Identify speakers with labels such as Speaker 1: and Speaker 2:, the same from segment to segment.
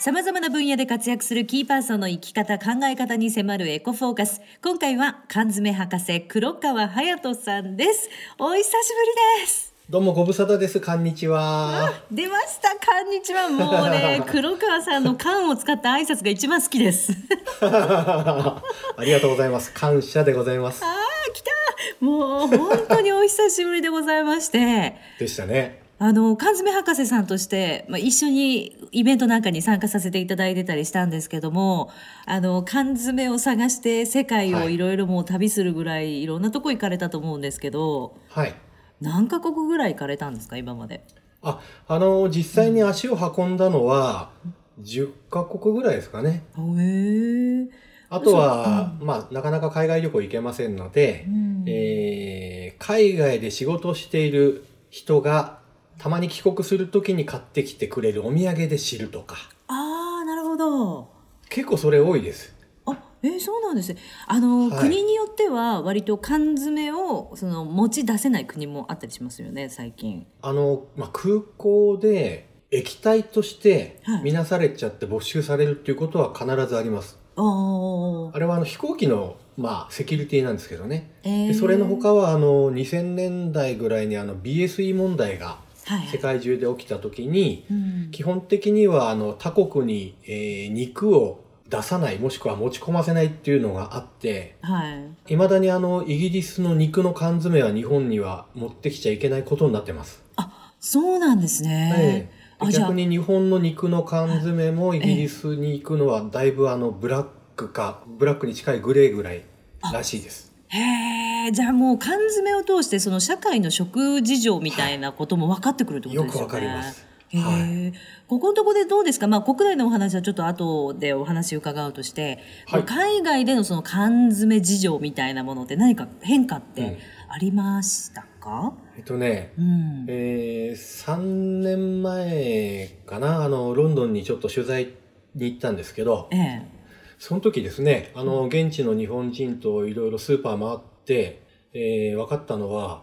Speaker 1: さまざまな分野で活躍するキーパーソンの生き方考え方に迫るエコフォーカス今回は缶詰博士黒川隼人さんですお久しぶりです
Speaker 2: どうもご無沙汰です。こんに ちは。
Speaker 1: 出ましたこんにちはもうね黒川さんの缶を使った挨拶が一番好きです
Speaker 2: ありがとうございます。感謝でございます。
Speaker 1: あー来たもう本当にお久しぶりでございまして
Speaker 2: でしたね。
Speaker 1: あの缶詰博士さんとして、まあ、一緒にイベントなんかに参加させていただいてたりしたんですけどもあの缶詰を探して世界を
Speaker 2: はい
Speaker 1: いろいろもう旅するぐらいいろんなとこ行かれたと思うんですけど
Speaker 2: はい。
Speaker 1: 何カ国ぐらい行かれたんですか今まで
Speaker 2: あ、あの実際に足を運んだのは10カ国ぐらいですかね。
Speaker 1: あへえ、
Speaker 2: あとは、まあなかなか海外旅行行けませんので
Speaker 1: う、ん
Speaker 2: えー海外で仕事をしている人がたまに帰国するときに買ってきてくれるお土産で知るとか、
Speaker 1: ああなるほど
Speaker 2: 結構それ多いです。
Speaker 1: あえーそうなんですねあの、
Speaker 2: はい
Speaker 1: 国によっては割と缶詰をその持ち出せない国もあったりしますよね最近。
Speaker 2: あの、まあ、空港で液体として
Speaker 1: はい
Speaker 2: 見なされちゃって没収されるっていうことは必ずあります。
Speaker 1: あー
Speaker 2: あれはあの飛行機の、まあ、セキュリティなんですけどね。
Speaker 1: え
Speaker 2: で
Speaker 1: ー
Speaker 2: それの他はあの2000年代ぐらいにあの BSE 問題が
Speaker 1: はいはい
Speaker 2: 世界中で起きた時に
Speaker 1: うん
Speaker 2: 基本的にはあの他国に、えー肉を出さないもしくは持ち込ませないっていうのがあって
Speaker 1: はい
Speaker 2: いまだにあのイギリスの肉の缶詰は日本には持ってきちゃいけないことになってます。
Speaker 1: そうなんですね
Speaker 2: え。え
Speaker 1: あじゃあ
Speaker 2: 逆に日本の肉の缶詰もイギリスに行くのはだいぶあのブラックかブラックに近いグレーぐらいらしいです。
Speaker 1: へえ、じゃあもう缶詰を通してその社会の食事情みたいなことも分かってくるってこと
Speaker 2: よ
Speaker 1: です
Speaker 2: く
Speaker 1: よね。
Speaker 2: わかります。
Speaker 1: へえ
Speaker 2: はい。
Speaker 1: ここのとこでどうですか、まあ、国内のお話はちょっと後でお話伺うとして、
Speaker 2: はい
Speaker 1: 海外でのその缶詰事情みたいなものって何か変化っ
Speaker 2: うん
Speaker 1: てありましたか、
Speaker 2: えっとね、
Speaker 1: うん
Speaker 2: えー、3年前かなあのロンドンにちょっと取材に行ったんですけど
Speaker 1: ええ
Speaker 2: その時ですねあの現地の日本人といろいろスーパー回って、えー、分かったのは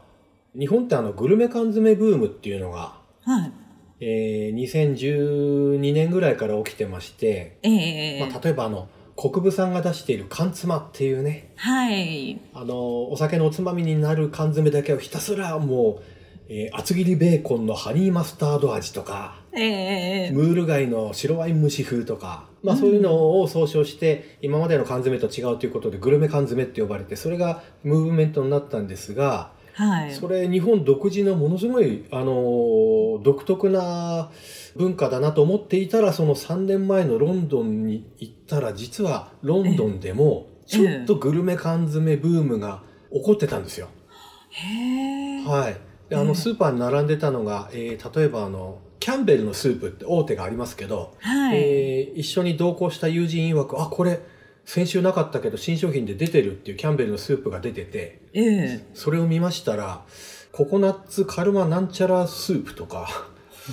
Speaker 2: 日本ってあのグルメ缶詰ブームっていうのが
Speaker 1: はい
Speaker 2: えー2012年ぐらいから起きてまして、
Speaker 1: ええええ
Speaker 2: まあ、例えばあの国分さんが出している缶詰っていうね
Speaker 1: はい
Speaker 2: あのお酒のおつまみになる缶詰だけをひたすらもう、えー厚切りベーコンのハニーマスタード味とか
Speaker 1: ええええ
Speaker 2: ムール貝の白ワイン蒸し風とか、まあ、そういうのを総称して今までの缶詰と違うということでグルメ缶詰って呼ばれてそれがムーブメントになったんですが。
Speaker 1: はい
Speaker 2: それ日本独自のものすごい、あのー独特な文化だなと思っていたらその3年前のロンドンに行ったら実はロンドンでも
Speaker 1: ええ
Speaker 2: ちょっとグルメ缶詰ブームが起こってたんですよ。
Speaker 1: へえ
Speaker 2: はい、であ
Speaker 1: ええ
Speaker 2: のスーパーに並んでたのが、えー例えばあのキャンベルのスープって大手がありますけど、
Speaker 1: はい、
Speaker 2: えー一緒に同行した友人曰くあこれ先週なかったけど新商品で出てるっていうキャンベルのスープが出てて。
Speaker 1: ええ
Speaker 2: それを見ましたら、ココナッツカルマなんちゃらスープ とか、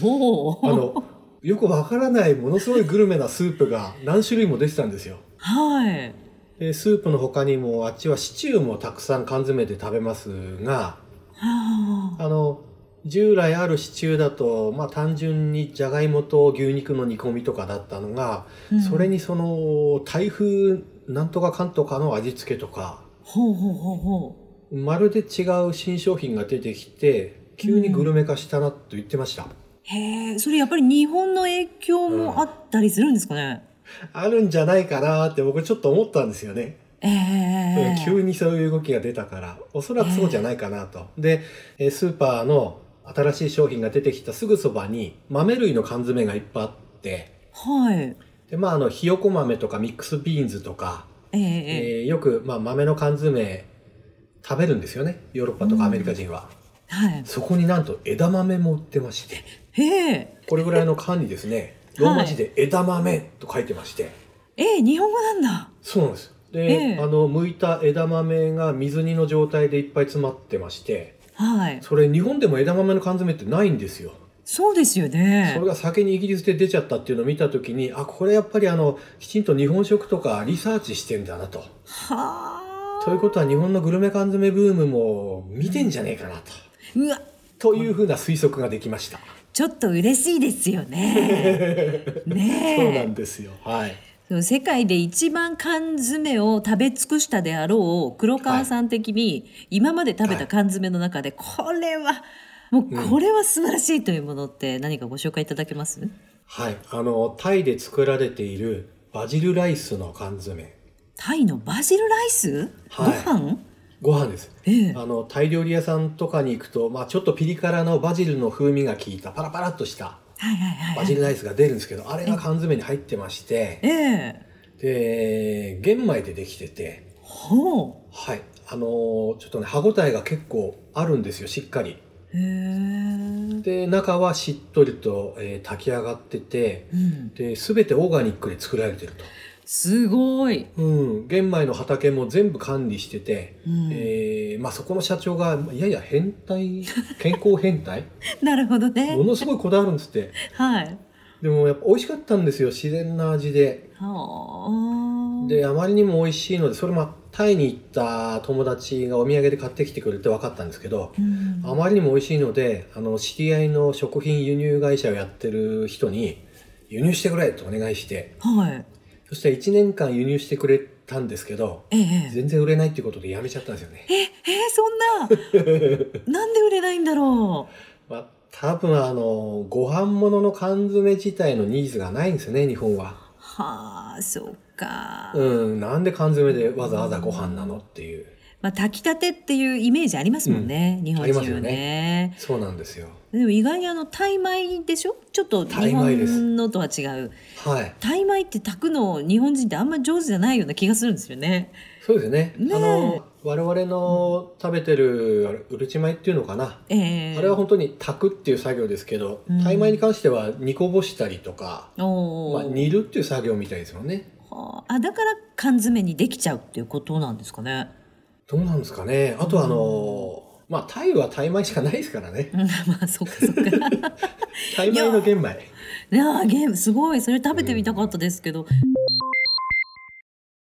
Speaker 1: お
Speaker 2: あ
Speaker 1: お
Speaker 2: の、よくわからないものすごいグルメなスープが何種類も出てたんですよ。
Speaker 1: はい
Speaker 2: でスープの他にも、あっちはシチューもたくさん缶詰で食べますが、
Speaker 1: はあ
Speaker 2: あの、従来あるシチューだと、まあ単純にじゃがいもと牛肉の煮込みとかだったのが、
Speaker 1: うん
Speaker 2: それにその、台風なんとかかんとかの味付けとか、
Speaker 1: ほうほうほうほ
Speaker 2: まるで違う新商品が出てきて急にグルメ化したなと言ってました、
Speaker 1: うへえそれやっぱり日本の影響もあったりするんですかね、
Speaker 2: あるんじゃないかなって僕ちょっと思ったんですよね、
Speaker 1: ええ
Speaker 2: うん急にそういう動きが出たからおそらくそうじゃないかなと、でえースーパーの新しい商品が出てきたすぐそばに豆類の缶詰がいっぱいあって
Speaker 1: はい
Speaker 2: でまああのひよこ豆とかミックスビーンズとか、
Speaker 1: ええ
Speaker 2: え
Speaker 1: ええ
Speaker 2: ーよく、まあ、豆の缶詰食べるんですよねヨーロッパとかアメリカ人は、
Speaker 1: はい
Speaker 2: そこになんと枝豆も売ってまして
Speaker 1: へえ
Speaker 2: これぐらいの缶にですね、
Speaker 1: はい
Speaker 2: ローマ字で枝豆と書いてまして、
Speaker 1: ええ日本語なんだ
Speaker 2: そうなんです。で、
Speaker 1: ええ
Speaker 2: あの、剥いた枝豆が水煮の状態でいっぱい詰まってまして、
Speaker 1: はい
Speaker 2: それ日本でも枝豆の缶詰ってないんですよ。
Speaker 1: そうですよね
Speaker 2: それが先にイギリスで出ちゃったっていうのを見たときに、あ、これやっぱりあの、きちんと日本食とかリサーチしてんだなと。
Speaker 1: はあ
Speaker 2: ということは日本のグルメ缶詰ブームも見てんじゃねえかなと。
Speaker 1: うわ
Speaker 2: というふうな推測ができました。
Speaker 1: ちょっと嬉しいですよね。 ねえ
Speaker 2: そうなんですよ。はい。
Speaker 1: その世界で一番缶詰を食べ尽くしたであろう黒川さん的に、今まで食べた缶詰の中でこれはもうこれは素晴らしいというものって何かご紹介いただけます、
Speaker 2: はい。あの、タイで作られているバジルライスの缶詰。
Speaker 1: タイのバジルライス、
Speaker 2: はい
Speaker 1: ご飯
Speaker 2: ご飯です。
Speaker 1: ええ
Speaker 2: あの、タイ料理屋さんとかに行くと、まあちょっとピリ辛のバジルの風味が効いたパラパラっとした
Speaker 1: はいはいは
Speaker 2: バ
Speaker 1: い
Speaker 2: ジルライスが出るんですけど、あれが缶詰に入ってまして、
Speaker 1: ええ
Speaker 2: で、玄米でできてて、
Speaker 1: ほ
Speaker 2: はい。あのーちょっとね、歯ごたえが結構あるんですよ、しっかり。
Speaker 1: うへえうん
Speaker 2: で、中はしっとりと、えー炊き上がってて、で、すべてオーガニックで作られてる
Speaker 1: すごい、
Speaker 2: と。うん。玄米の畑も全部管理してて、
Speaker 1: うん
Speaker 2: えーまあそこの社長が、いやいや変 態、健康変態
Speaker 1: なるほど
Speaker 2: も
Speaker 1: ね
Speaker 2: のすごいこだわるんですって。
Speaker 1: はい
Speaker 2: でもやっぱ美味しかったんですよ、自然な味で。
Speaker 1: はあ
Speaker 2: で、あまりにも美味しいので、それもタイに行った友達がお土産で買ってきてくれて分かったんですけど、
Speaker 1: うん
Speaker 2: あまりにも美味しいので、あの、知り合いの食品輸入会社をやってる人に、輸入してくれとお願いして、
Speaker 1: はい
Speaker 2: そして1年間輸入してくれたんですけど、
Speaker 1: ええ
Speaker 2: 全然売れないっていうことでやめちゃったんですよね。
Speaker 1: ええそん ななんで売れないんだろ
Speaker 2: まあ、多分あの、ご飯物の缶詰自体のニーズがないんですよね、日本
Speaker 1: う
Speaker 2: は。
Speaker 1: はあそうか、
Speaker 2: うん、なんで缶詰でわざわざご飯なのっていう。
Speaker 1: まあ、炊きたてっていうイメージありますもんね、日本人
Speaker 2: あります
Speaker 1: は
Speaker 2: よ
Speaker 1: ね
Speaker 2: そうなんですよ。
Speaker 1: でも意外にあのタイ米でしょちょっと
Speaker 2: タ
Speaker 1: 日
Speaker 2: イ米です
Speaker 1: 本のとは違う
Speaker 2: はい。
Speaker 1: タイ米って炊くの日本人ってあんま上手じゃないような気がするんですよね
Speaker 2: そうですね。
Speaker 1: ねえ
Speaker 2: あの、我々の食べてる、あれうるち米っていうのかな。
Speaker 1: ええ
Speaker 2: あれは本当に炊くっていう作業ですけど、
Speaker 1: うん
Speaker 2: タイ米に関しては煮こぼしたりとか、
Speaker 1: お
Speaker 2: まあ、
Speaker 1: ー
Speaker 2: 煮るっていう作業みたいですよね。
Speaker 1: はああだから缶詰にできちゃうっていうことなんですかね。
Speaker 2: どうなんですかね。あとはあのーまあ、タイはタイ米しかないですからね。
Speaker 1: うん まあそっかそっか。
Speaker 2: タイ米の玄米。
Speaker 1: ねあゲームすごいそれ食べてみたかったですけど、